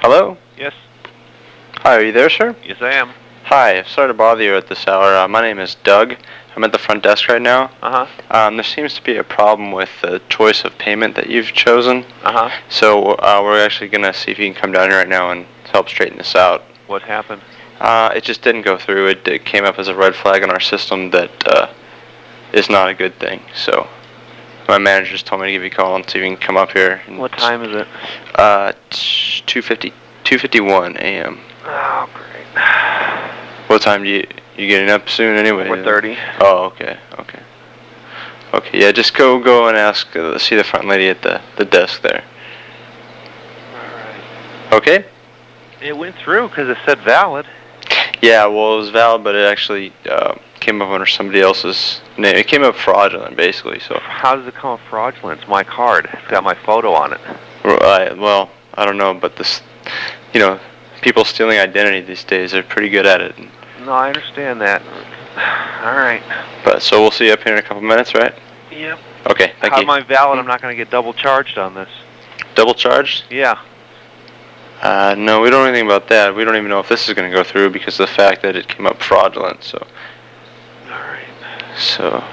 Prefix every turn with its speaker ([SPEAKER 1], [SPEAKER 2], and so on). [SPEAKER 1] Hello?
[SPEAKER 2] Yes,
[SPEAKER 1] Hi, are you there, sir?
[SPEAKER 2] yes I am.
[SPEAKER 1] Hi, sorry to bother you at this hour. Uh, my name is Doug. I'm at the front desk right now.
[SPEAKER 2] Uh huh.
[SPEAKER 1] Um, there seems to be a problem with the choice of payment that you've chosen.
[SPEAKER 2] Uh huh.
[SPEAKER 1] So uh, we're actually going to see if you can come down here right now and help straighten this out.
[SPEAKER 2] What happened?
[SPEAKER 1] Uh, it just didn't go through. It, it came up as a red flag in our system that uh, is not a good thing. So my manager just told me to give you a call and see if you can come up here. And
[SPEAKER 2] What time is it?
[SPEAKER 1] Uh, it's 2:50 2:51 a.m.
[SPEAKER 2] Oh, great.
[SPEAKER 1] What time do you you getting up soon anyway?
[SPEAKER 2] 4:30.
[SPEAKER 1] Oh, okay, okay, okay. Yeah, just go go and ask uh, see the front lady at the the desk there.
[SPEAKER 2] All right.
[SPEAKER 1] Okay.
[SPEAKER 2] It went through because it said valid.
[SPEAKER 1] Yeah, well, it was valid, but it actually uh, came up under somebody else's name. It came up fraudulent, basically. So,
[SPEAKER 2] How does it come up fraudulent? It's my card. It's got my photo on it.
[SPEAKER 1] right, well, I don't know, but this, you know, people stealing identity these days are pretty good at it.
[SPEAKER 2] No, I understand that. All right.
[SPEAKER 1] But so we'll see you up here in a couple minutes, right?
[SPEAKER 2] Yep.
[SPEAKER 1] Okay, thank
[SPEAKER 2] How
[SPEAKER 1] you.
[SPEAKER 2] am I valid? I'm not going to get double charged on this.
[SPEAKER 1] Double charged?
[SPEAKER 2] Yeah.
[SPEAKER 1] Uh, no, we don't know anything about that. We don't even know if this is going to go through because of the fact that it came up fraudulent. So,
[SPEAKER 2] All right.
[SPEAKER 1] so